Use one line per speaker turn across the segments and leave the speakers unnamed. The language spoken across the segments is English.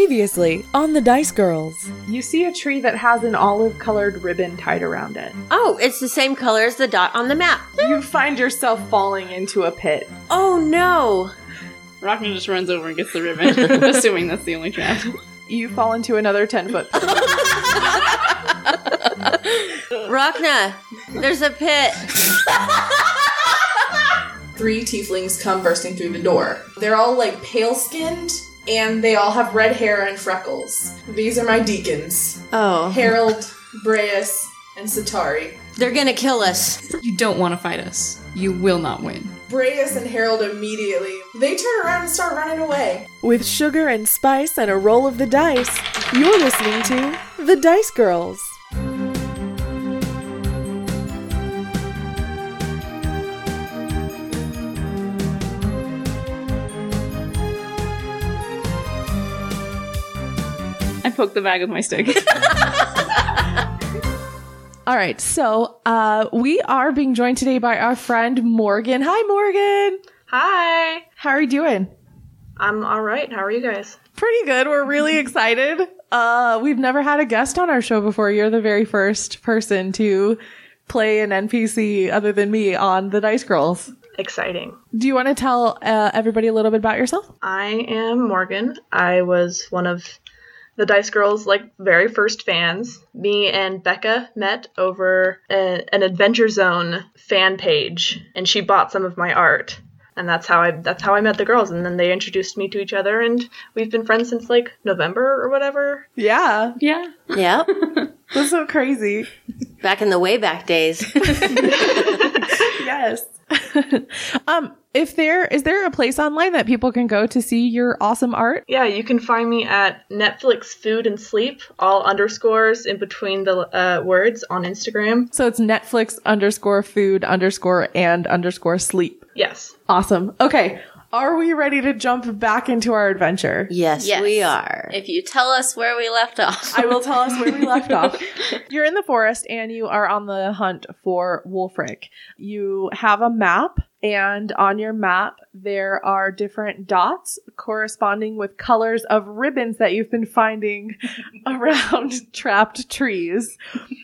Previously on the Dice Girls.
You see a tree that has an olive colored ribbon tied around it.
Oh, it's the same color as the dot on the map.
You find yourself falling into a pit.
Oh no.
Rockman just runs over and gets the ribbon, assuming that's the only trap.
You fall into another 10 foot pit.
Rockna, there's a pit.
three tieflings come bursting through the door. They're all like pale skinned and they all have red hair and freckles. These are my deacons
Oh.
Harold, Breas, and Satari.
They're gonna kill us.
You don't want to fight us. You will not win.
Breas and Harold immediately they turn around and start running away.
With sugar and spice and a roll of the dice, you're listening to The Dice Girls.
I poke the bag with my stick.
All right, so uh, we are being joined today by our friend Morgan. Hi, Morgan.
Hi.
How are you doing?
I'm all right. How are you guys?
Pretty good. We're really excited. Uh, we've never had a guest on our show before. You're the very first person to play an NPC other than me on the Dice Girls.
Exciting.
Do you want to tell uh, everybody a little bit about yourself?
I am Morgan. I was one of the Dice Girls' like very first fans. Me and Becca met over a, an Adventure Zone fan page, and she bought some of my art, and that's how I that's how I met the girls. And then they introduced me to each other, and we've been friends since like November or whatever.
Yeah,
yeah.
Yep.
that's so crazy.
Back in the way back days.
yes. um, if there is there a place online that people can go to see your awesome art?
Yeah, you can find me at Netflix Food and Sleep, all underscores in between the uh, words on Instagram.
So it's Netflix underscore food underscore and underscore sleep.
Yes.
Awesome. Okay. Are we ready to jump back into our adventure?
Yes,
Yes.
we are.
If you tell us where we left off.
I will tell us where we left off. You're in the forest and you are on the hunt for Wolfric. You have a map, and on your map, there are different dots corresponding with colors of ribbons that you've been finding around trapped trees.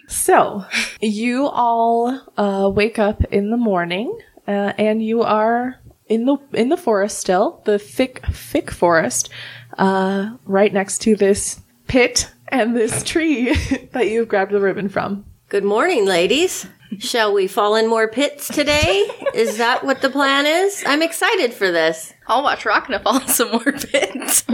So, you all uh, wake up in the morning uh, and you are. In the in the forest still, the thick thick forest, uh, right next to this pit and this tree that you've grabbed the ribbon from.
Good morning, ladies. Shall we fall in more pits today? Is that what the plan is? I'm excited for this.
I'll watch Rockna fall in some more pits.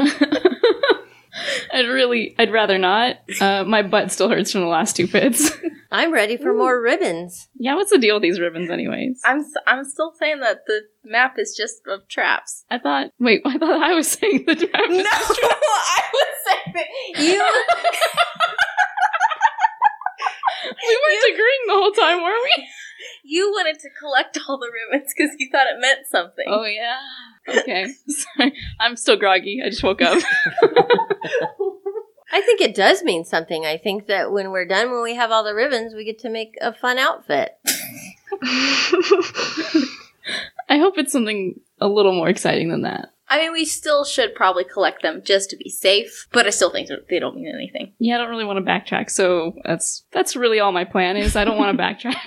I'd really, I'd rather not. Uh, my butt still hurts from the last two pits.
I'm ready for more ribbons.
yeah, what's the deal with these ribbons, anyways?
I'm s- I'm still saying that the map is just of traps.
I thought, wait, I thought I was saying the trap.
No, I was saying that you.
we weren't agreeing the whole time, were we?
You wanted to collect all the ribbons because you thought it meant something.
Oh, yeah. Okay. Sorry. I'm still groggy. I just woke up.
I think it does mean something. I think that when we're done, when we have all the ribbons, we get to make a fun outfit.
I hope it's something a little more exciting than that.
I mean, we still should probably collect them just to be safe, but I still think they don't mean anything.
Yeah, I don't really want to backtrack, so that's that's really all my plan is. I don't want to backtrack.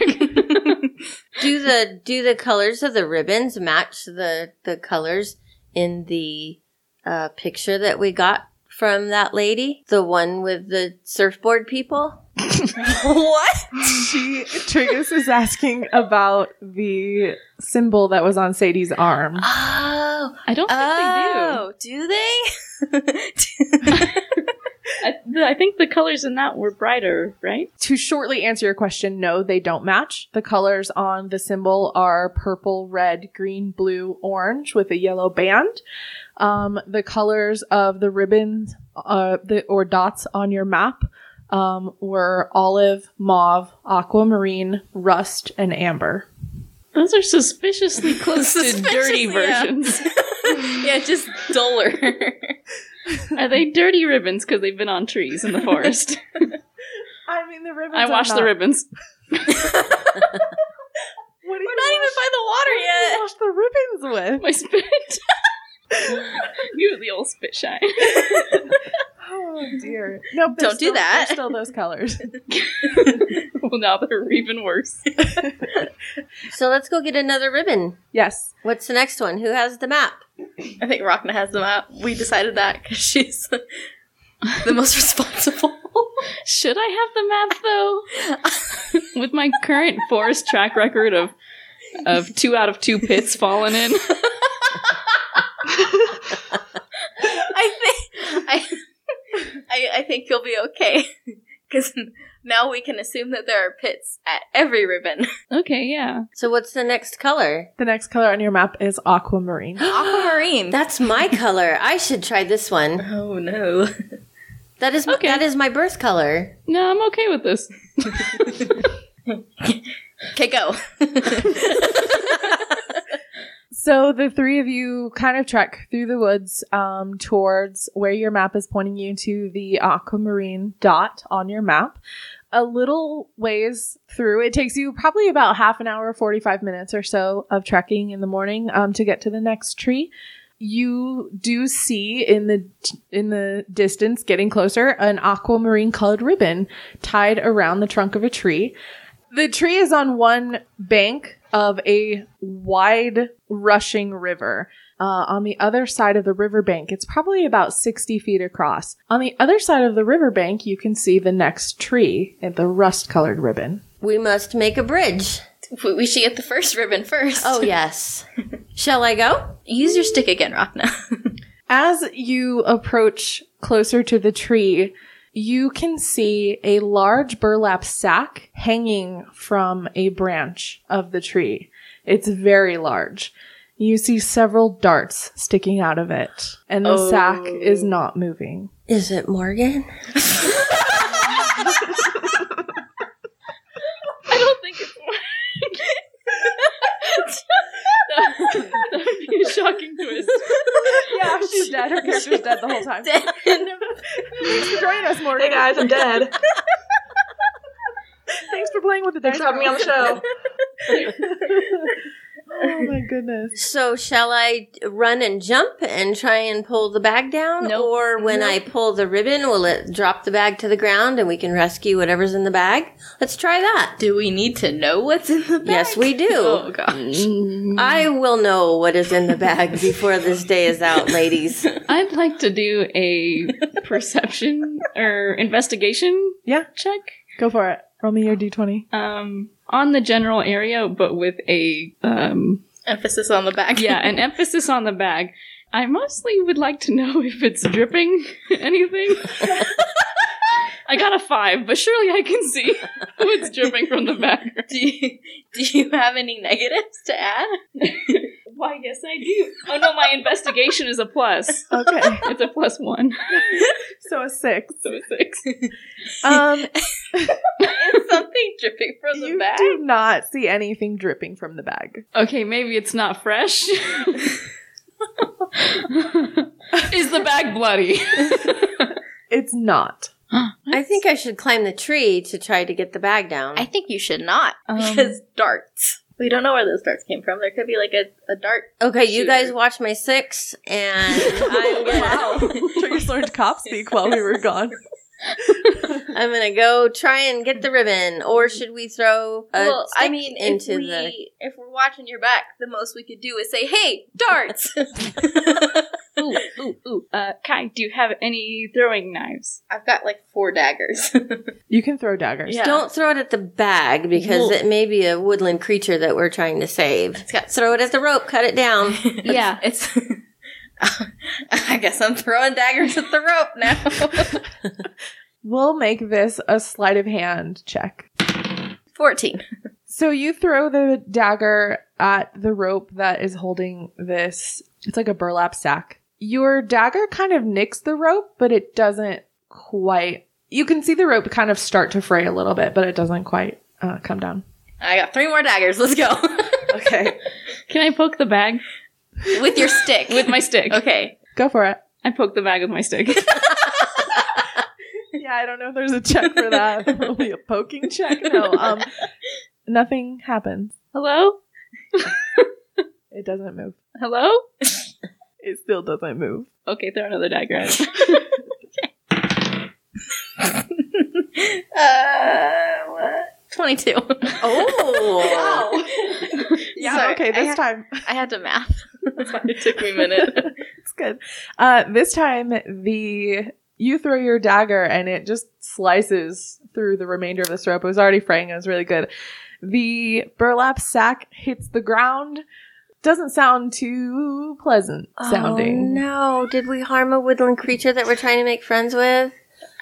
do the do the colors of the ribbons match the the colors in the uh, picture that we got from that lady the one with the surfboard people
what?
She Trigus is asking about the symbol that was on Sadie's arm.
Oh,
I don't think
oh, do they?
they do. I, the, I think the colors in that were brighter, right?
To shortly answer your question, no, they don't match. The colors on the symbol are purple, red, green, blue, orange with a yellow band. Um, the colors of the ribbons uh, the, or dots on your map um, were olive, mauve, aquamarine, rust, and amber.
Those are suspiciously close to dirty
Suspiciously, yeah.
versions.
yeah, just duller.
Are they dirty ribbons because they've been on trees in the forest?
I mean, the ribbons.
I
are
washed the
not-
ribbons.
What do you
We're not even by the water
wash-
yet.
wash the ribbons with?
My spit. you were the old spit shine.
here. Oh, No,
Don't do that.
Still those colors.
well, now they're even worse.
So let's go get another ribbon.
yes.
What's the next one? Who has the map?
I think Rockna has them out. We decided that because she's the most responsible.
Should I have the map though? With my current forest track record of of two out of two pits fallen in.
I think I, I, I think you'll be okay because now we can assume that there are pits at every ribbon.
Okay, yeah.
So what's the next color?
The next color on your map is aquamarine.
Aquamarine.
That's my color. I should try this one.
oh no.
That is
Okay.
that is my birth color.
No, I'm okay with this.
Okay, go.
So the three of you kind of trek through the woods um, towards where your map is pointing you to the aquamarine dot on your map. A little ways through, it takes you probably about half an hour, 45 minutes or so of trekking in the morning um, to get to the next tree. You do see in the in the distance, getting closer, an aquamarine colored ribbon tied around the trunk of a tree. The tree is on one bank of a wide rushing river. Uh, on the other side of the riverbank, it's probably about 60 feet across. On the other side of the riverbank, you can see the next tree and the rust colored ribbon.
We must make a bridge.
We- We should get the first ribbon first.
Oh yes. Shall I go?
use your stick again, Rockna.
As you approach closer to the tree, you can see a large burlap sack hanging from a branch of the tree. It's very large. You see several darts sticking out of it, and the sack is not moving.
Is it Morgan?
I don't think it's that, that would be a shocking twist.
Yeah, she's dead. Her character's dead the whole time. Thanks for joining us, Morgan.
Hey guys, I'm dead.
Thanks for playing with the
Thanks for having me on the show.
Oh my goodness.
So shall I run and jump and try and pull the bag down?
Nope.
Or when I pull the ribbon, will it drop the bag to the ground and we can rescue whatever's in the bag? Let's try that.
Do we need to know what's in the bag?
Yes, we do.
Oh gosh.
Mm.
I will know what is in the bag before this day is out, ladies.
I'd like to do a perception or investigation
Yeah,
check
go for it. Roll me your d20.
um, on the general area, but with a um,
Emphasis on the bag.
yeah, an emphasis on the bag. I mostly would like to know if it's dripping anything. I got a five, but surely I can see what's dripping from the bag.
do you, do you have any negatives to add?
Why, yes, I do. Oh no, my investigation is a plus.
Okay,
It's a plus one,
so a six.
so a six.
Um,
Is something dripping from the
you
bag?
do not see anything dripping from the bag.
Okay, maybe it's not fresh. is the bag bloody?
It's not.
I think I should climb the tree to try to get the bag down.
I think you should not
Um,
because darts. We don't know where those darts came from. There could be like a, a dart.
okay, you
Shooter.
guys watch my six, and I'm gonna,
Triggers learned cop speak while we were gone.
I'm gonna go try and get the ribbon. Or should we throw a
well, I
stick
mean, if
into
we
the
if we're watching your back, the most we could do is say, "Hey, darts!"
ooh, ooh, ooh. Uh, Kai, do you have any throwing knives?
I've got like four daggers.
You can throw daggers.
Yeah.
Don't throw it at the bag because
Well-
it may be a woodland creature that we're trying to save.
got-
throw it at the rope, cut it down.
Yeah.
it's. I guess I'm throwing daggers at the rope now.
We'll make this a sleight of hand check.
Fourteen.
So you throw the dagger at the rope that is holding this. It's like a burlap sack. Your dagger kind of nicks the rope, but it doesn't quite. You can see the rope kind of start to fray a little bit, but it doesn't quite uh, come down.
I got three more daggers. Let's go
Okay,
Can I poke the bag
with your stick.
with my stick?
okay.
go for it.
I poke the bag with my stick.
yeah, I don't know if there's a check for that. Will be a poking check? No. Um, nothing happens.
Hello?
It doesn't move.
Hello?
It still doesn't move.
Okay, throw another dagger at it.
Uh, 22.
Oh,
Yeah,
Sorry,
okay,
I
this
ha-
time.
I had to math.
it took me a
it's good. Uh, this time, the you throw your dagger and it just slices through the remainder of this rope. It was already fraying. It was really good. The burlap sack hits the ground. Doesn't sound too pleasant sounding.
Oh, no, did we harm a woodland creature that we're trying to make friends with?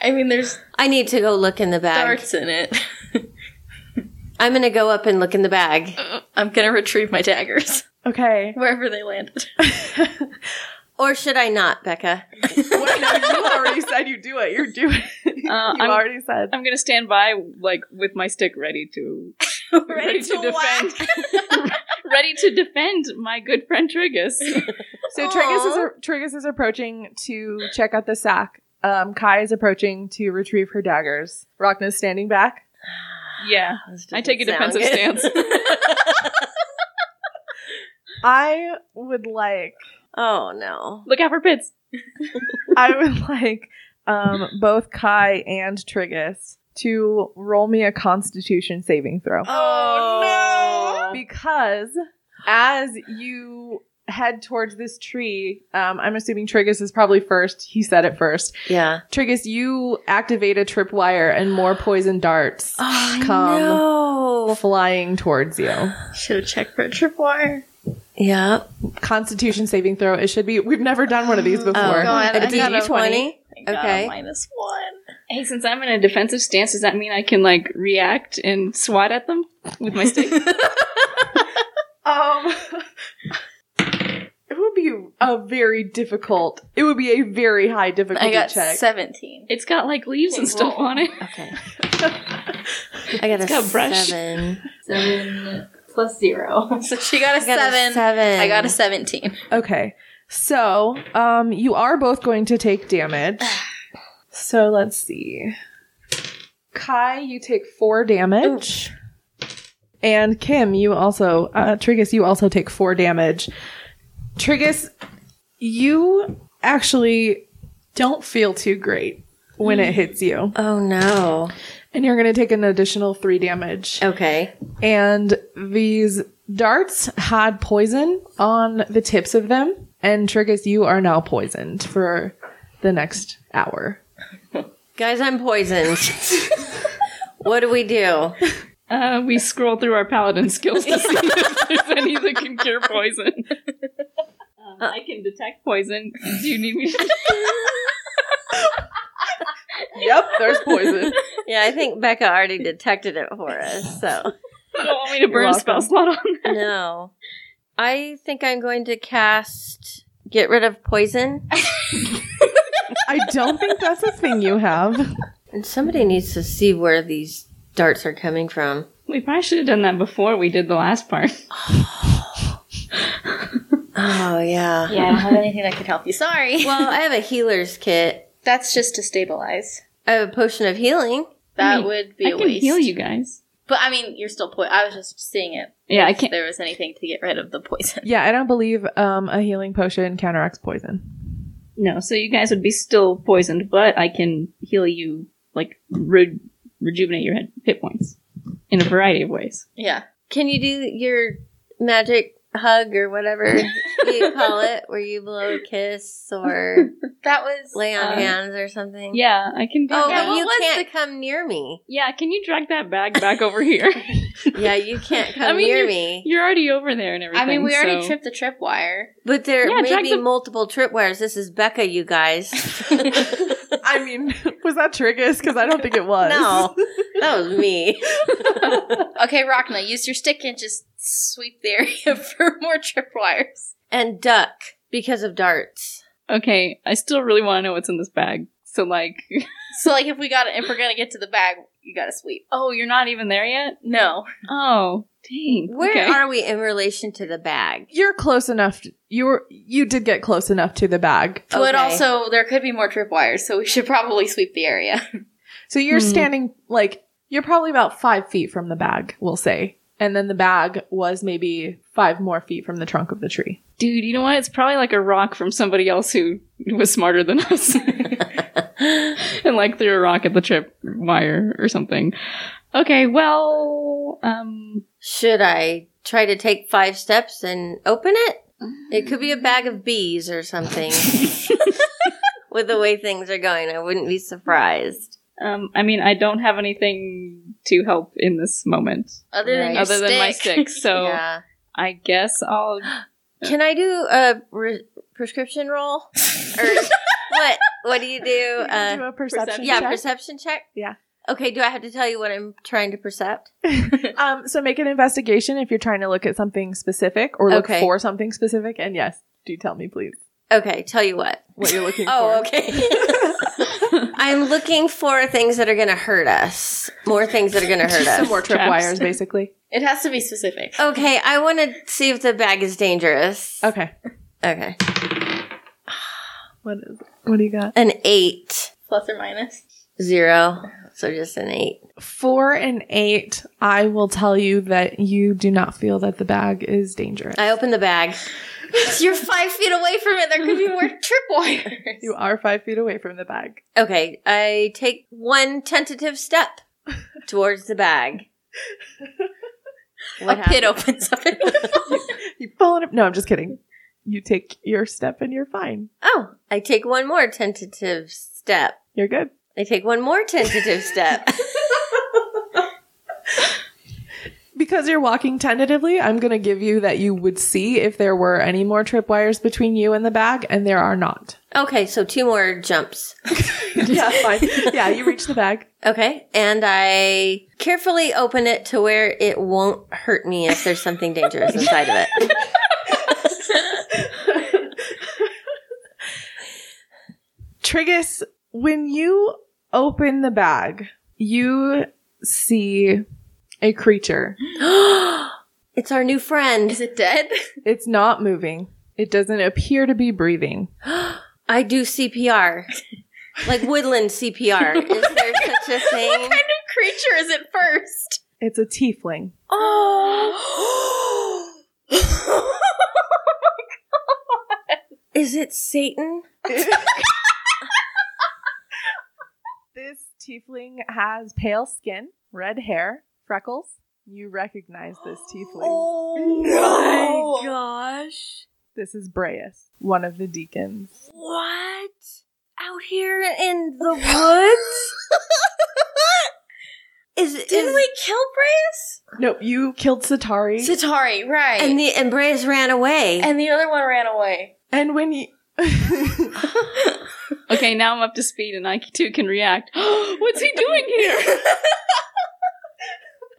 I mean, there's
I need to go look in the bag.
darts in it.
I'm gonna go up and look in the bag.
I'm gonna retrieve my daggers
Okay.
wherever they landed.
Or should I not, Becca?
Wait, no, you already said you do it. You're doing it. you
Uh, I'm-
already said.
I'm gonna stand by, like with my stick, ready to
Ready to
defend, ready to defend my good friend Trigus.
So
Aw.
Trigus is, Trigus is approaching to check out the sack. Um, Kai is approaching to retrieve her daggers. Rockna's standing back.
Yeah, I take a defensive stance.
I would like
oh no.
Look out for pits.
I would like um, both Kai and Trigus to roll me a Constitution saving throw
Oh,
because as you head towards this tree, um, I'm assuming Trigus is probably first. He said it first.
Yeah.
Trigus, you activate a tripwire and more poison darts come
no.
flying towards you.
Should have checked for a tripwire.
Yeah.
Constitution saving throw. It should be. We've never done one of these before.
Oh,
Oh.
God,
It's
I got a
a d20.
I got a
Okay.
minus one.
Hey, since I'm in a defensive stance, does that mean I can like react and swat at them with my stick?
Um, it would be a very difficult. It would be a very high difficulty
I got
check.
seventeen.
it's got like leaves and stuff on it.
Okay. I got a
got a brush.
seven.
Seven plus zero. So she got
I
a
got a
seven.
seven.
I got a seventeen.
okay, so um, you are both going to take damage. So let's see. Kai, you take four damage. And Kim, you also, uh, Trigus, you also take four damage. Trigus, you actually don't feel too great when it hits you.
Oh no.
And you're going to take an additional three damage.
Okay.
And these darts had poison on the tips of them. And Trigus, you are now poisoned for the next hour.
Guys, I'm poisoned. what do we do?
Uh, we scroll through our paladin skills to see if there's any that can cure poison. Um, I can detect poison. Do you need me to?
Yep, there's poison.
Yeah, I think Becca already detected it for us. So
You don't want me to burn a
welcome.
spell slot on that?
no, I think I'm going to cast get rid of poison.
I don't think that's a thing you have.
And somebody needs to see where these darts are coming from.
We probably should have done that before we did the last part.
Oh yeah.
Yeah, I don't have anything that could help you. Sorry.
Well, I have a healer's kit.
That's just to stabilize.
I have a potion of healing.
That
mean,
would be
I
a
can
waste.
heal you guys.
But I mean, you're still po- I was just seeing it.
Yeah, I
If
can't.
there was anything to get rid of the poison.
Yeah, I don't believe um, a healing potion counteracts poison.
No, so you guys would be still poisoned, but I can heal you, like re- rejuvenate your head- hit points in a variety of ways.
Yeah.
Can you do your magic hug or whatever you call it, where you blow a kiss or
That was
lay on
uh,
hands or something?
Um, Yeah, I can. Do
Oh,
that.
but
what
you
was
can't come near me.
yeah. Can you drag that bag back over here?
Yeah, you can't come
I mean,
near me.
You're already over there and
I
everything.
mean, we already
so-
tripped the tripwire.
But there
Yeah,
may
drag
be
the-
multiple tripwires. This is Becca, you guys.
I mean, was that Trigus? Because I don't think it was.
no, that was me.
Okay, Rockna, use your stick and just sweep the area for more tripwires.
And duck because of darts.
Okay, I still really want to know what's in this bag. So like,
So, like, if we got if we're gonna get to the bag, you gotta sweep.
oh, you're not even there yet.
No,
Oh, dang.
Where
okay.
are we in relation to the bag?
You're close enough. You were. You did get close enough to the bag.
but
Okay.
also there could be more tripwires, so we should probably sweep the area.
So you're
Hmm.
standing like you're probably about five feet from the bag, we'll say. And then the bag was maybe five more feet from the trunk of the tree.
Dude, you know what? It's probably like a rock from somebody else who was smarter than us. and like threw a rock at the trip wire or something. Okay, well, um,
Should I try to take five steps and open it? It could be a bag of bees or something. With the way things are going, I wouldn't be surprised.
um, I mean, I don't have anything to help in this moment
Other than
Right.
your
other than my
stick.
stick. So
Yeah.
I guess I'll.
Can I do a re- prescription roll? or what? What do you do? Uh,
do a perception.
yeah,
check.
perception check.
Yeah.
Okay. Do I have to tell you what I'm trying to percept?
um, so make an investigation if you're trying to look at something specific or look
Okay.
for something specific. And yes, do tell me, please,
Okay. Tell you what.
what you're looking for.
Oh, okay. I'm looking for things that are going to hurt us. More things that are going to hurt
Some
us.
more tripwires, basically.
It has to be specific.
Okay, I want to see if the bag is dangerous.
Okay.
Okay.
What is? What do you got?
An eight.
Plus or minus.
Zero. So just an eight.
Four and eight. I will tell you that you do not feel that the bag is dangerous.
I open the bag.
You're five feet away from it. There could be more tripwires.
you are five feet away from the bag.
Okay, I take one tentative step towards the bag. What
a pit
happened?
opens up.
You fall in. No, I'm just kidding. You take your step and you're fine.
Oh, I take one more tentative step.
You're good.
I take one more tentative step.
Because you're walking tentatively, I'm going to give you that you would see if there were any more tripwires between you and the bag, and there are not.
Okay, so two more jumps.
yeah, fine. Yeah, you reach the bag.
Okay, and I carefully open it to where it won't hurt me if there's something dangerous inside of it.
Trigus, when you open the bag, you see a creature.
it's our new
Is
friend.
it dead?
It's not moving. It doesn't appear to be breathing.
I do CPR, like woodland CPR. Is there such a thing?
What creature is it first?
It's a tiefling.
Oh.
Is it Satan?
This tiefling has pale skin, red hair, freckles. You recognize this tiefling.
no.
Oh my gosh.
This is Breus, one of the deacons.
What? Out here in the woods? is
Didn't
is-
we kill Brace?
Nope, you killed Satari.
Satari, right.
and the embrace ran away.
and the other one ran away.
and when you
Okay, now I'm up to speed and I too can react. What's he doing here?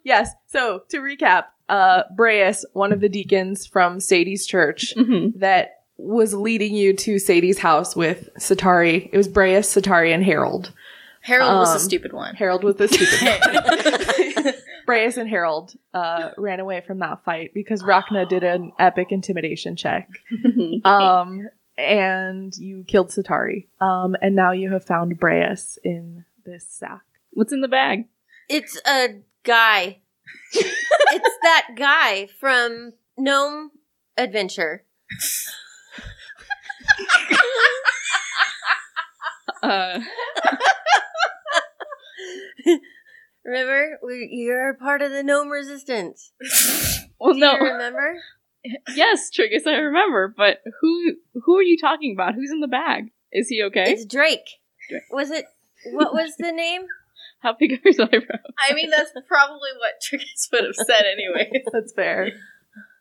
Yes, so to recap, uh Breus, one of the deacons from Sadie's church
hmm
Mm-hmm.
that was leading you to Sadie's house with Satari. It was Breus, Satari, and Harold.
Harold was
Um,
the stupid one.
Harold was the stupid one. Breus and Harold uh, ran away from that fight because Rachna did an epic intimidation check.
Mm-hmm.
Um, and you killed Satari. Um, and now you have found Breus in this sack.
What's in the bag?
It's a guy. it's that guy from Gnome Adventure.
Uh,
Remember, we, you're part of the Gnome Resistance.
well,
Do you
no.
remember?
Yes, Trigus, I remember. But who who are you talking about? Who's in the bag? Is he okay?
It's Drake. Was it? What was the name?
How big are his eyebrows?
I mean, that's probably what Trigus would have said anyway.
That's fair.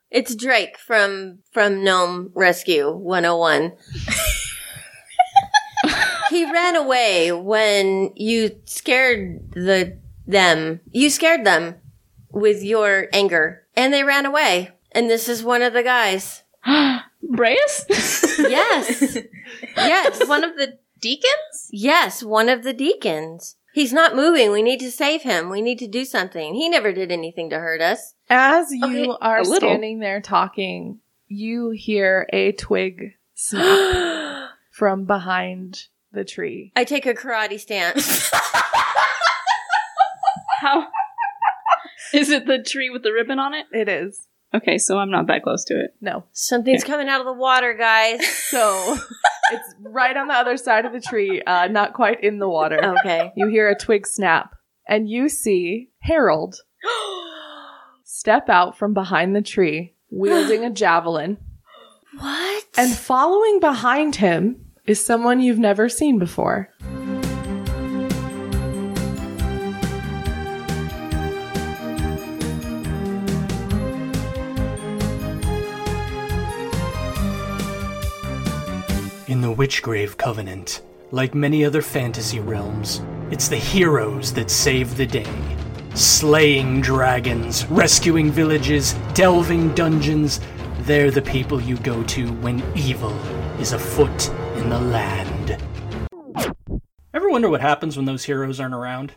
It's Drake from from Gnome Rescue 101. he ran away when you scared the them. You scared them with your anger, and they ran away. And this is one of the guys.
Breus?
Yes, yes,
One of the deacons?
yes. One of the deacons. He's not moving. We need to save him. We need to do something. He never did anything to hurt us.
As you
Okay,
are
a little.
standing there talking, you hear a twig snap
I
from behind the tree.
take a karate stance.
How is it the tree with the ribbon on it?
It is.
Okay, so I'm not that close to it.
No.
Something's coming out of the water, guys.
So it's
Oh.
right on the other side of the tree, uh, not quite in the water.
Okay.
You hear a twig snap
and you see Harold step out from behind the tree, wielding a javelin.
What?
And following behind him is someone you've never seen before.
In the Witchgrave Covenant, like many other fantasy realms, it's the heroes that save the day. Slaying dragons, rescuing villages, delving dungeons, they're the people you go to when evil is afoot in the land. Ever wonder what happens when those heroes aren't around?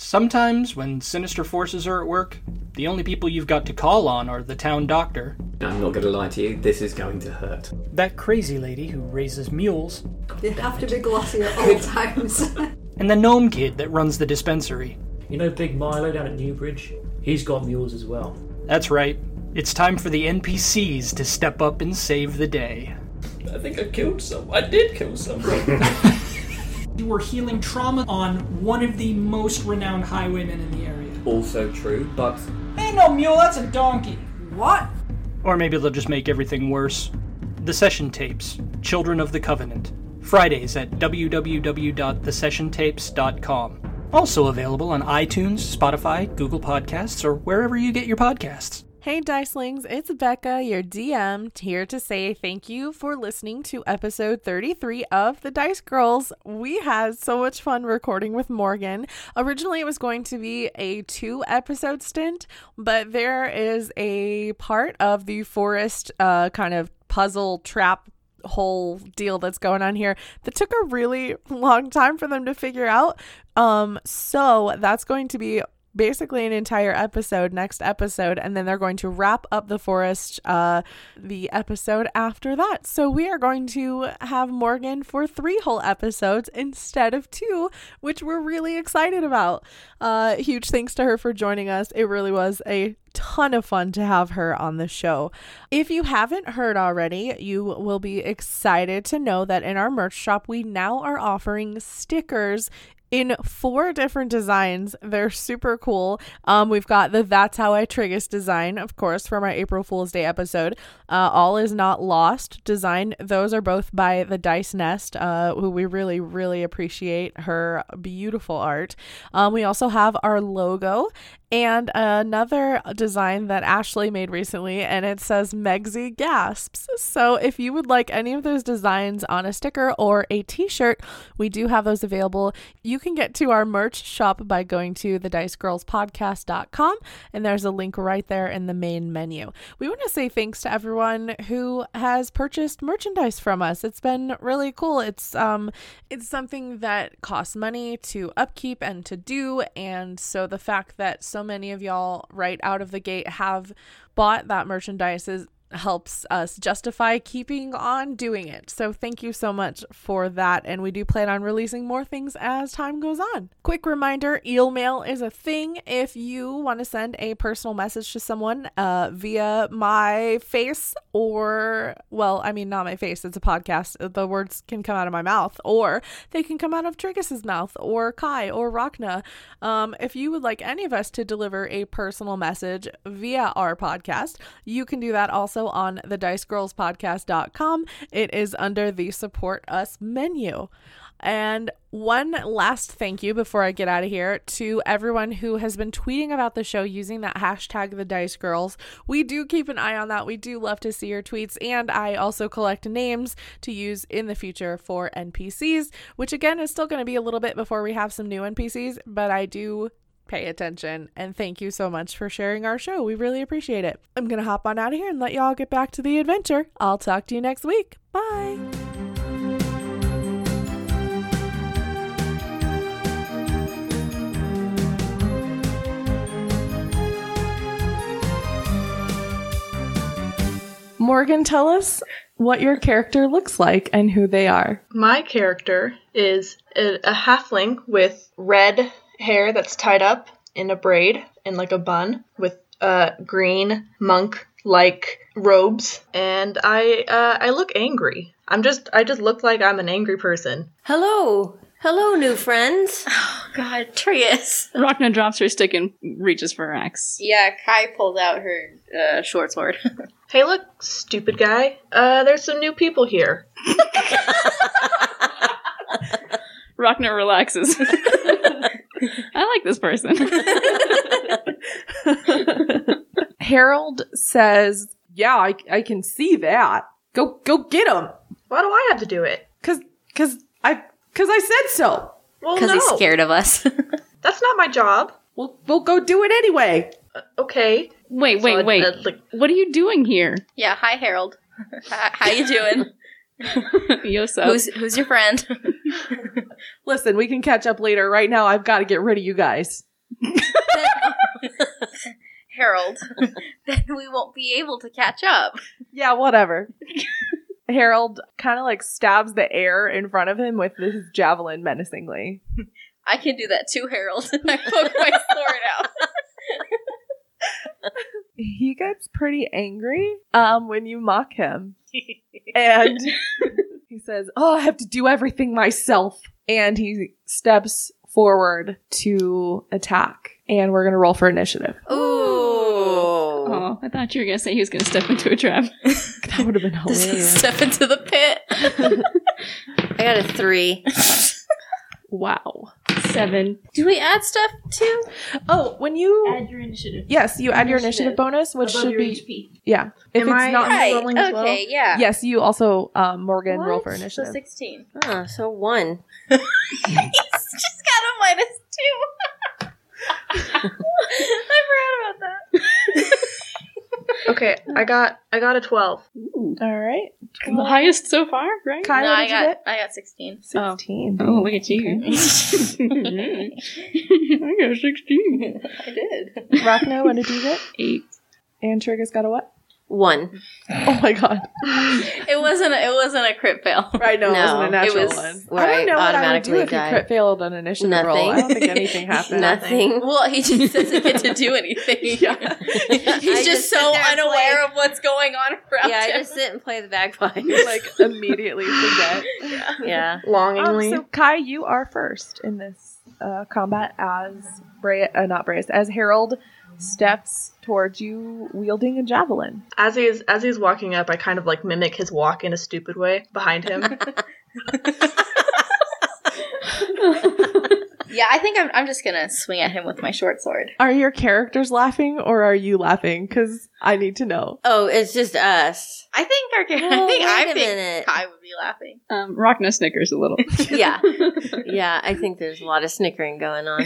Sometimes, when sinister forces are at work, the only people you've got to call on are the town doctor,
I'm not going to lie to you, this is going to hurt.
that crazy lady who raises mules,
They have to be glossy at all times.
and the gnome kid that runs the dispensary.
You know Big Milo down at Newbridge? He's got mules as well.
That's right. It's time for the NPCs to step up and save the day.
I think I killed some. I did kill someone.
You were healing trauma on one of the most renowned highwaymen in the area.
Also true, but
Ain't no mule, that's a donkey.
what?
Or maybe they'll just make everything worse. The Session Tapes Children of the Covenant. Fridays at www.thesessiontapes.com. Also available on iTunes, Spotify, Google Podcasts, or wherever you get your podcasts.
Hey, Dicelings, it's Becca, your DM, here to say thank you for listening to episode 33 of The Dice Girls. We had so much fun recording with Morgan. Originally, it was going to be a two episode stint, but there is a part of the forest uh, kind of puzzle trap whole deal that's going on here that took a really long time for them to figure out. Um, so that's going to be basically an entire episode next episode and then they're going to wrap up the forest uh the episode after that so we are going to have morgan for three whole episodes instead of two which we're really excited about uh huge thanks to her for joining us it really was a ton of fun to have her on the show if you haven't heard already, you will be excited to know that in our merch shop, we now are offering stickers in four different designs. They're super cool. Um, we've got the That's How I Trigus design, of course, from our April Fool's Day episode. Uh, All Is Not Lost design. Those are both by the Dice Nest, uh, who we really, really appreciate her beautiful art. Um, we also have our logo and another design that Ashley made recently, and it says Megsy Gasps. So, if you would like any of those designs on a sticker or a t shirt, we do have those available. You can get to our merch shop by going to thedicegirlspodcast.com, and there's a link right there in the main menu. We want to say thanks to everyone who has purchased merchandise from us. It's been really cool. It's um it's something that costs money to upkeep and to do and so the fact that so many of y'all right out of the gate have bought that merchandise is helps us justify keeping on doing it. So thank you so much for that. And we do plan on releasing more things as time goes on. Quick reminder eel mail is a thing. If you want to send a personal message to someone uh, via my face or, well, I mean, not my face, it's a podcast. The words can come out of my mouth or they can come out of Trigus's mouth or Kai or Rachna. Um, if you would like any of us to deliver a personal message via our podcast, you can do that also on the dicegirlspodcast.com. It is under the support us menu. And one last thank you before I get out of here to everyone who has been tweeting about the show using that hashtag the dice girls. We do keep an eye on that. We do love to see your tweets and I also collect names to use in the future for NPCs, which again is still going to be a little bit before we have some new NPCs, but I do pay attention. And thank you so much for sharing our show. We really appreciate it. I'm going to hop on out of here and let y'all get back to the adventure. I'll talk to you next week. Bye.
Morgan, tell us what your character looks like and who they are.
My character is a, a halfling with red hair that's tied up in a braid in like a bun with uh, green monk like robes, and I uh, I look angry. I'm just I just look like I'm an angry person.
Hello. Hello, new friends.
God, Trius.
Rockna drops her stick and reaches for her axe.
Yeah, Kai pulled out her uh, short sword.
Hey, look, stupid guy. Uh, there's some new people here.
Rockna relaxes. I like this person.
Harold says, "Yeah, I, I can see that. Go go get him."
Why do I have to do it?
Cause cause I cause I said so.
Well,
Because
no.
he's scared of us.
That's not my job.
We'll we'll go do it anyway.
Okay.
Wait, wait,
So I-
wait.
I, like-
what are you doing here?
yeah, hi Harold. Hi- How you doing?
Yosa.
who's who's your friend?
Listen, we can catch up later. Right now, I've got to get rid of you guys.
Harold. then we won't be able to catch up.
Yeah, whatever. Harold kind of like stabs the air in front of him with his javelin menacingly.
I can do that too, Harold. I poke my sword out.
He gets pretty angry um, when you mock him. and he says, Oh, I have to do everything myself. And he steps forward to attack. And we're going to roll for initiative.
Ooh.
Oh, I thought you were gonna say he was gonna step into a trap.
That would have been hilarious.
Step into the pit.
I got a three.
Wow. Seven.
Do we add stuff too?
oh, when you.
Add your initiative.
Yes, you add your initiative bonus, which
Above
should
your
be.
HP.
Yeah. If
Am
it's
I-
not.
Right.
rolling as well?
Okay, yeah.
Yes, you also, um, Morgan, roll for
What?
So
initiative.
16.
Ah, so one.
He's just got a minus two. I forgot about that.
Okay, I got I got a twelve.
All right.
The highest so far, right?
Kai,
no,
what
I
did you
got
get?
I got 16.
16.
Oh, look at you. I got sixteen.
I did.
Rachno, what did you get?
Eight.
And Trigus got a what?
One.
Oh my god.
Oh. It wasn't a, it wasn't a crit fail.
Right, no,
No, it was where
I don't know what I would do
automatically
if you
died.
crit failed on initiative roll. I don't think anything happened.
Nothing.
Well, he just doesn't get to do anything. He's
I
just,
just sit
so
there and
unaware
play.
of what's going on around
Yeah, I
him.
just sit and play the bagpipes.
You, like immediately forget.
yeah.
Longingly.
Um, so Kai, you are first in this uh, combat as Bray, uh, not Brayus, as Harold steps towards you wielding a javelin.
as he's as he's walking up, I kind of like mimic his walk in a stupid way behind him.
yeah, I think I'm, I'm just gonna swing at him with my short sword.
Are your characters laughing or are you laughing? Because I need to know.
Oh, it's just us.
I think our char-
Well,
I think
wait
I
a
think
minute.
Kai would be laughing.
Um, Rockna snickers a little.
Yeah. Yeah, I think there's a lot of snickering going on.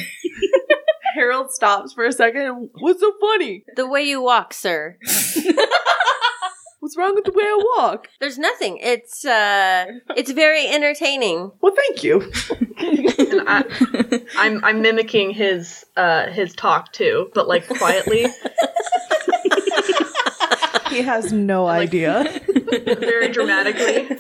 Harold stops for a second. What's so funny?
The way you walk, sir.
What's wrong with the way I walk?
There's nothing. It's uh it's very entertaining.
Well, thank you.
and I, I'm I'm mimicking his uh his talk too, but like quietly,
He has no idea.
very dramatically.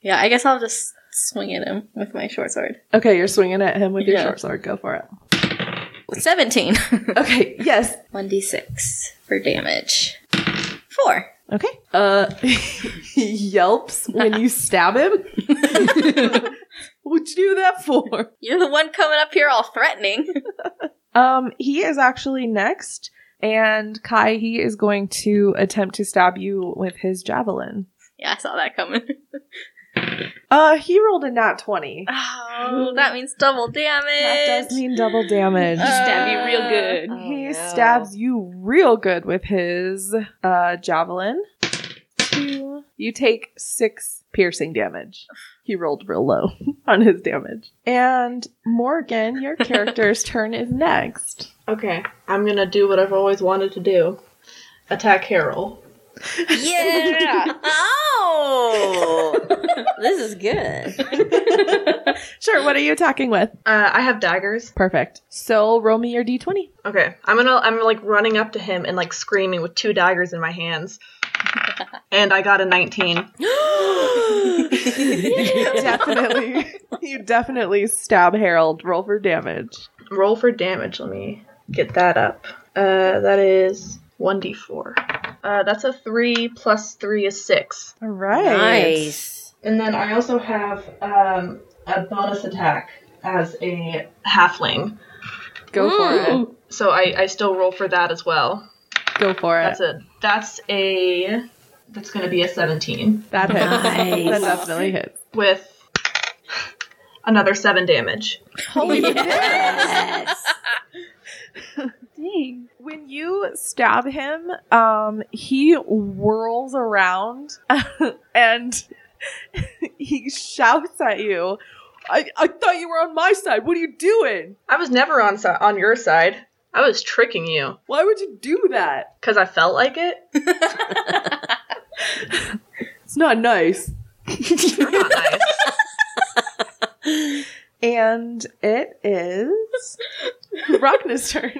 yeah, I guess I'll just swing at him with my short sword.
Okay, you're swinging at him with your
Yeah.
short sword. Go for it.
Seventeen.
Okay, yes.
One d six for damage. Four.
Okay. Uh, he yelps when you stab him. What'd you do that for?
You're the one coming up here all threatening.
Um, he is actually next, and Kai, he is going to attempt to stab you with his javelin.
yeah, I saw that coming.
Uh, he rolled a nat 20.
Oh, that means double damage.
That does mean double damage.
Stab you real good.
Oh,
he
no.
stabs you real good with his uh, javelin. Two. You take six piercing damage. He rolled real low on his damage. And Morgan, your character's turn is next.
Okay, I'm gonna do what I've always wanted to do: attack Harold.
Yeah. oh. This is good.
Sure, what are you attacking with?
Uh, I have daggers.
Perfect. So roll me your d20.
Okay, I'm gonna I'm like running up to him and like screaming with two daggers in my hands, and I got a 19.
definitely. You definitely stab Harold. Roll for damage.
Roll for damage. Let me get that up. Uh, that is 1d4. Uh, that's a three plus three is six.
All right.
Nice.
And then I also have um, a bonus attack
as a halfling.
Go for it.
So I, I still roll for that as well.
Go for it.
That's a that's a that's gonna be a seventeen.
That hits. Nice. That definitely hits.
With another seven damage.
Holy Dang. When you stab him, um, he whirls around and he shouts at you. I, I thought you were on my side. What are you doing?
I was never on si- on your side. I was tricking you
Why would you do that?
because I felt like it.
It's not nice.
You're not nice.
And it is Rockna's turn.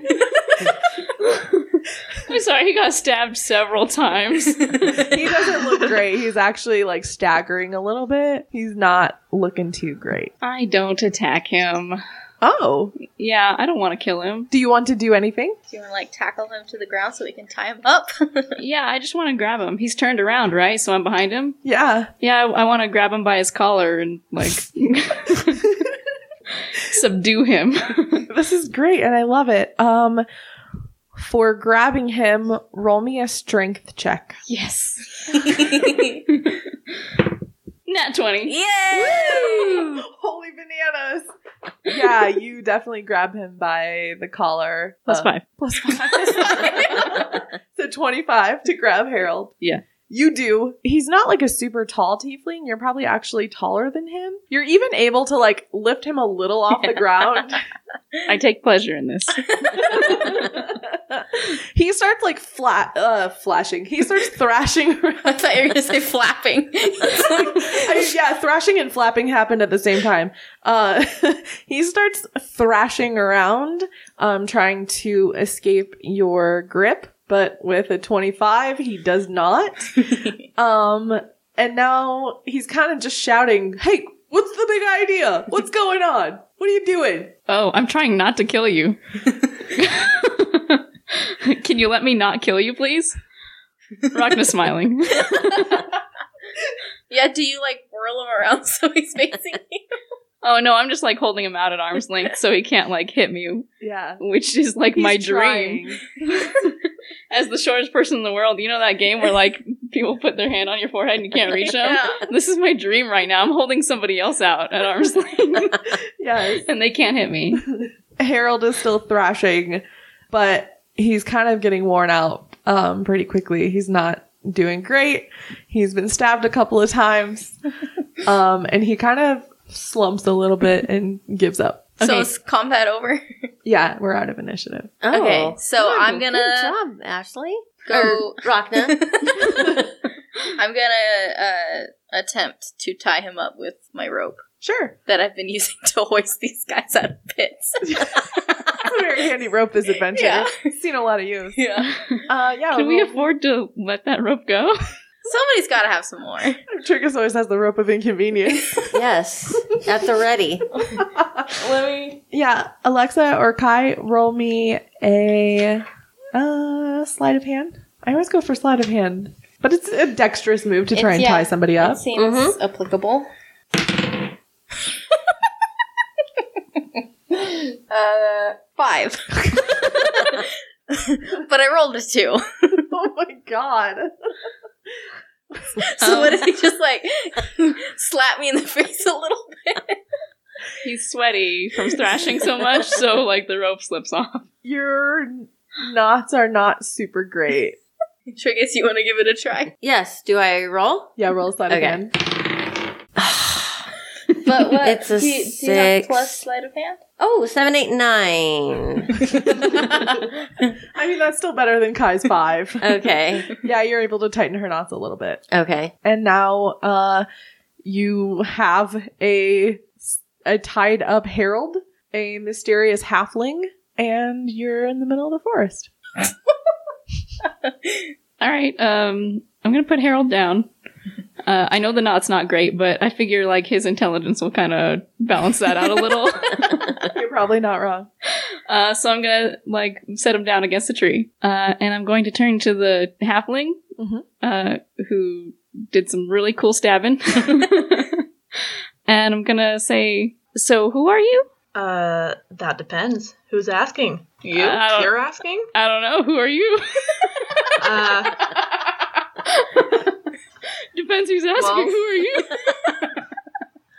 I'm sorry, he got stabbed several times.
He doesn't look great. He's actually like staggering a little bit. He's not looking too great.
I don't attack him.
Oh,
Yeah, I don't want to kill him.
do you want to do anything?
Do you want to like tackle him to the ground so we can tie him up?
Yeah, I just want to grab him. He's turned around, right? So I'm behind him.
Yeah.
Yeah, I, I want to grab him by his collar and like subdue him.
This is great and I love it. Um for grabbing him, roll me a strength check.
Yes.
Yay!
Nat 20.
Holy bananas. Yeah, you definitely grab him by the collar.
Plus
Uh,
five.
Plus five. so 25 to grab Harold.
Yeah.
You do. He's not like a super tall tiefling. You're probably actually taller than him. You're even able to like lift him a little off the ground.
I take pleasure in this.
he starts like flat, uh, flashing. He starts thrashing
I
around.
thought you were going to say flapping.
I mean, yeah, thrashing and flapping happened at the same time. Uh, he starts thrashing around, um, trying to escape your grip, but with a 25, he does not. um, and now he's kind of just shouting, Hey, what's the big idea? What's going on? What are you doing?
Oh, I'm trying not to kill you. Can you let me not kill you, please? Ragna smiling.
yeah, do you like whirl him around so he's facing you?
Oh no, I'm just like holding him out at arm's length so he can't like hit me,
Yeah.
which is like my
He's
dream.
trying.
As the shortest person in the world, you know that game where like people put their hand on your forehead and you can't reach them?
Yeah.
This is my dream right now. I'm holding somebody else out at arm's length
Yes.
and they can't hit me.
Harold is still thrashing, but he's kind of getting worn out um, pretty quickly. He's not doing great. He's been stabbed a couple of times, um, and he kind of slumps a little bit and gives up.
So
Okay.
it's combat over.
Yeah, we're out of initiative.
Oh,
okay, so
good.
I'm gonna
Good job, Ashley.
go.
Or Rockna.
I'm gonna uh, attempt to tie him up with my rope
Sure,
that I've been using to hoist these guys out of pits.
it's a very handy rope this adventure.
Yeah.
I've seen a lot of use.
yeah,
Uh, yeah,
Can we
well,
afford to let that rope go?
somebody's got to have some more.
Trigus always has the rope of inconvenience.
yes, at the ready.
yeah, Alexa or Kai, roll me a uh, sleight of hand. I always go for sleight of hand, but it's a dexterous move to try and
It's- yeah,
tie somebody
That
up.
seems applicable. uh, five. but I rolled a two.
oh my god.
So what if he just like slap me in the face a little bit?
He's sweaty from thrashing so much, so like the rope slips off.
Your knots are not super great.
Trigus, you want to give it a try?
Yes, do I roll?
Yeah, roll sleight
Okay.
again.
But what?
It's a
do you, do you
six.
have plus sleight of hand?
Oh, seven, eight, nine.
I mean, that's still better than Kai's five.
okay.
yeah, you're able to tighten her knots a little bit.
Okay.
And now uh, you have a, a tied up herald, a mysterious halfling, and you're in the middle of the forest.
All right, um, I'm gonna put Harold down. Uh, I know the knot's not great, but I figure like his intelligence will kind of balance that out a little.
You're probably not wrong.
Uh, so I'm gonna like set him down against a tree, uh, and I'm going to turn to the halfling
Mhm.
uh, who did some really cool stabbing, and I'm gonna say, "So who are you?"
Uh, that depends. Who's asking? You?
I don't-
You're asking?
I don't know. Who are you?
Uh,
Depends who's asking.
Well-
who are you?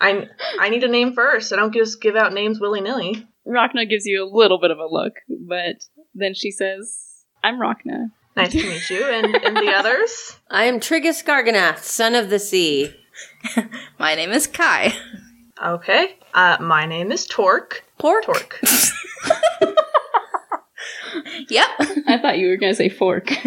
I I need a name first. I don't just give out names willy nilly.
Rachna gives you a little bit of a look, but then she says, I'm Rachna.
Nice to meet you. And, and the others?
I am Trigus Garganath, son of the sea.
My name is Kai.
Okay. Uh, my name is Torque.
Pork?
Torque.
Yep.
I thought you were going to say fork.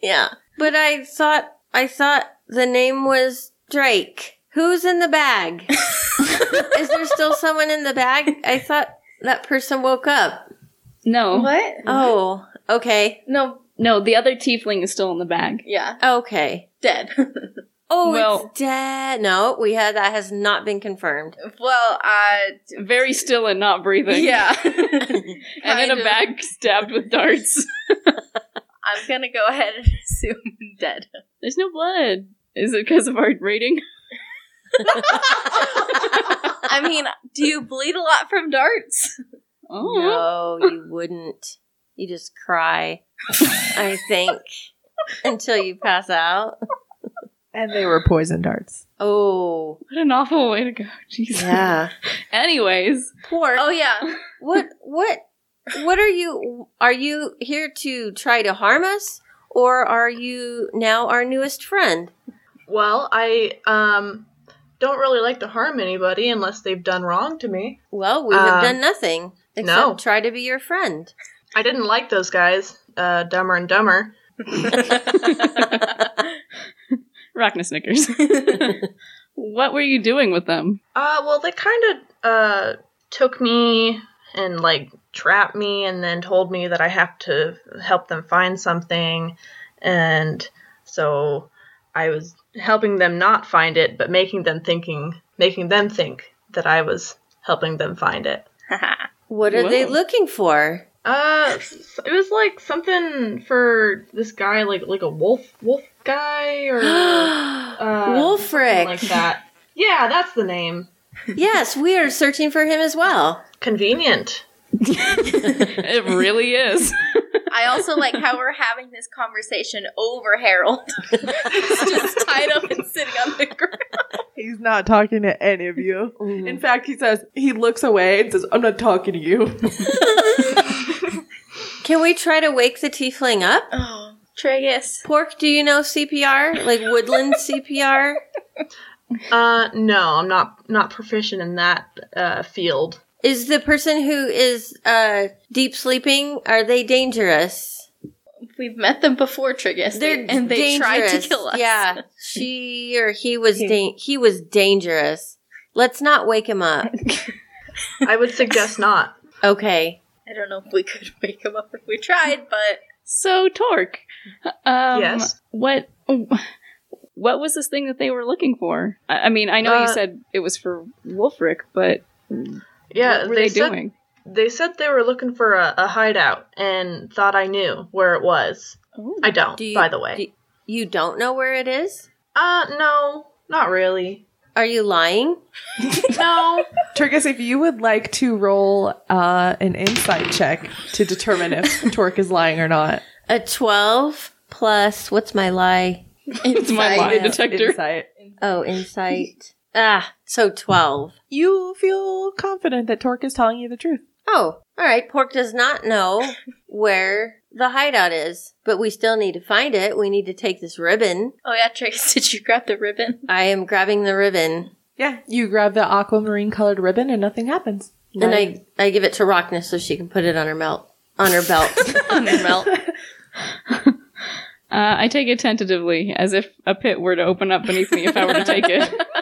Yeah. But I thought I thought the name was Drake. Who's in the bag? Is there still someone in the bag? I thought that person woke up.
No.
What? Um,
Oh, okay.
No.
No, the other tiefling is still in the bag.
Yeah.
Okay.
Dead.
Oh,
Well-
it's dead. No, we had that has not been confirmed.
well, uh,
Very still and not breathing.
yeah.
And in
kind
a
of.
bag stabbed with darts.
I'm gonna go ahead and assume dead.
There's no blood. Is it because of our rating?
I mean, do you bleed a lot from darts?
Oh.
No, you wouldn't. You just cry. I think until you pass out.
And they were poison darts.
Oh,
What an awful way to go. Jesus.
yeah.
Anyways,
Pork.
Oh yeah.
What what what are you are you here to try to harm us or are you now our newest friend?
Well, I um don't really like to harm anybody unless they've done wrong to me.
Well, we have
Um,
done nothing except
no.
try to be your friend.
I didn't like those guys, uh, Dumber and Dumber.
Rachna Snickers. what were you doing with them?
Uh, well, they kind of uh took me and like trapped me, and then told me that I have to help them find something, and so I was helping them not find it, but making them thinking, making them think that I was helping them find it.
What are they
Whoa.
looking for?
Uh, s- it was like something for this guy, like like a wolf, wolf guy, or uh,
Wolfric.
something like that. Yeah, that's the name.
yes, we are searching for him as well.
Convenient.
It really is.
I also like how we're having this conversation over Harold. He's just tied up and sitting on the ground.
He's not talking to any of you. In fact, he says he looks away and says, "I'm not talking to you."
Can we try to wake the tiefling up?
Oh, Tragus.
Pork, do you know CPR? Like woodland CPR?
Uh, no, I'm not not proficient in that uh, field.
Is the person who is uh deep sleeping are they dangerous?
We've met them before, Tragus.
They're
and they tried
dangerous.
to kill us.
Yeah, she or he was da- he was dangerous. Let's not wake him up.
I would suggest not.
Okay.
I don't know if we could wake him up if we tried, but
So Torque. Um,
Yes?
What? What was this thing that they were looking for? I, I mean, I know
Uh,
you said it was for Wolfric, but
Yeah,
what were
they,
they,
said
doing?
they said they were looking for a, a hideout and thought I knew where it was.
Oh.
I don't,
Do you-
by the way.
do- you don't know where it is?
uh, no, not really.
Are you lying?
No.
Turkus, if you would like to roll uh, an insight check to determine if Torque is lying or not,
A twelve plus what's my lie?
It's my lie
It's
detector.
insight.
Oh, insight. ah, so twelve.
you feel confident that Torque is telling you the truth.
Oh, all right. Pork does not know where the hideout is, but we still need to find it. We need to take this ribbon.
oh yeah, Tragus, did you grab the ribbon?
I am grabbing the ribbon.
Yeah, you grab the aquamarine colored ribbon and nothing happens.
And I, I give it to Rockness so she can put it on her melt on her belt.
On your melt.
Uh, I take it tentatively, as if a pit were to open up beneath me if I were to take it.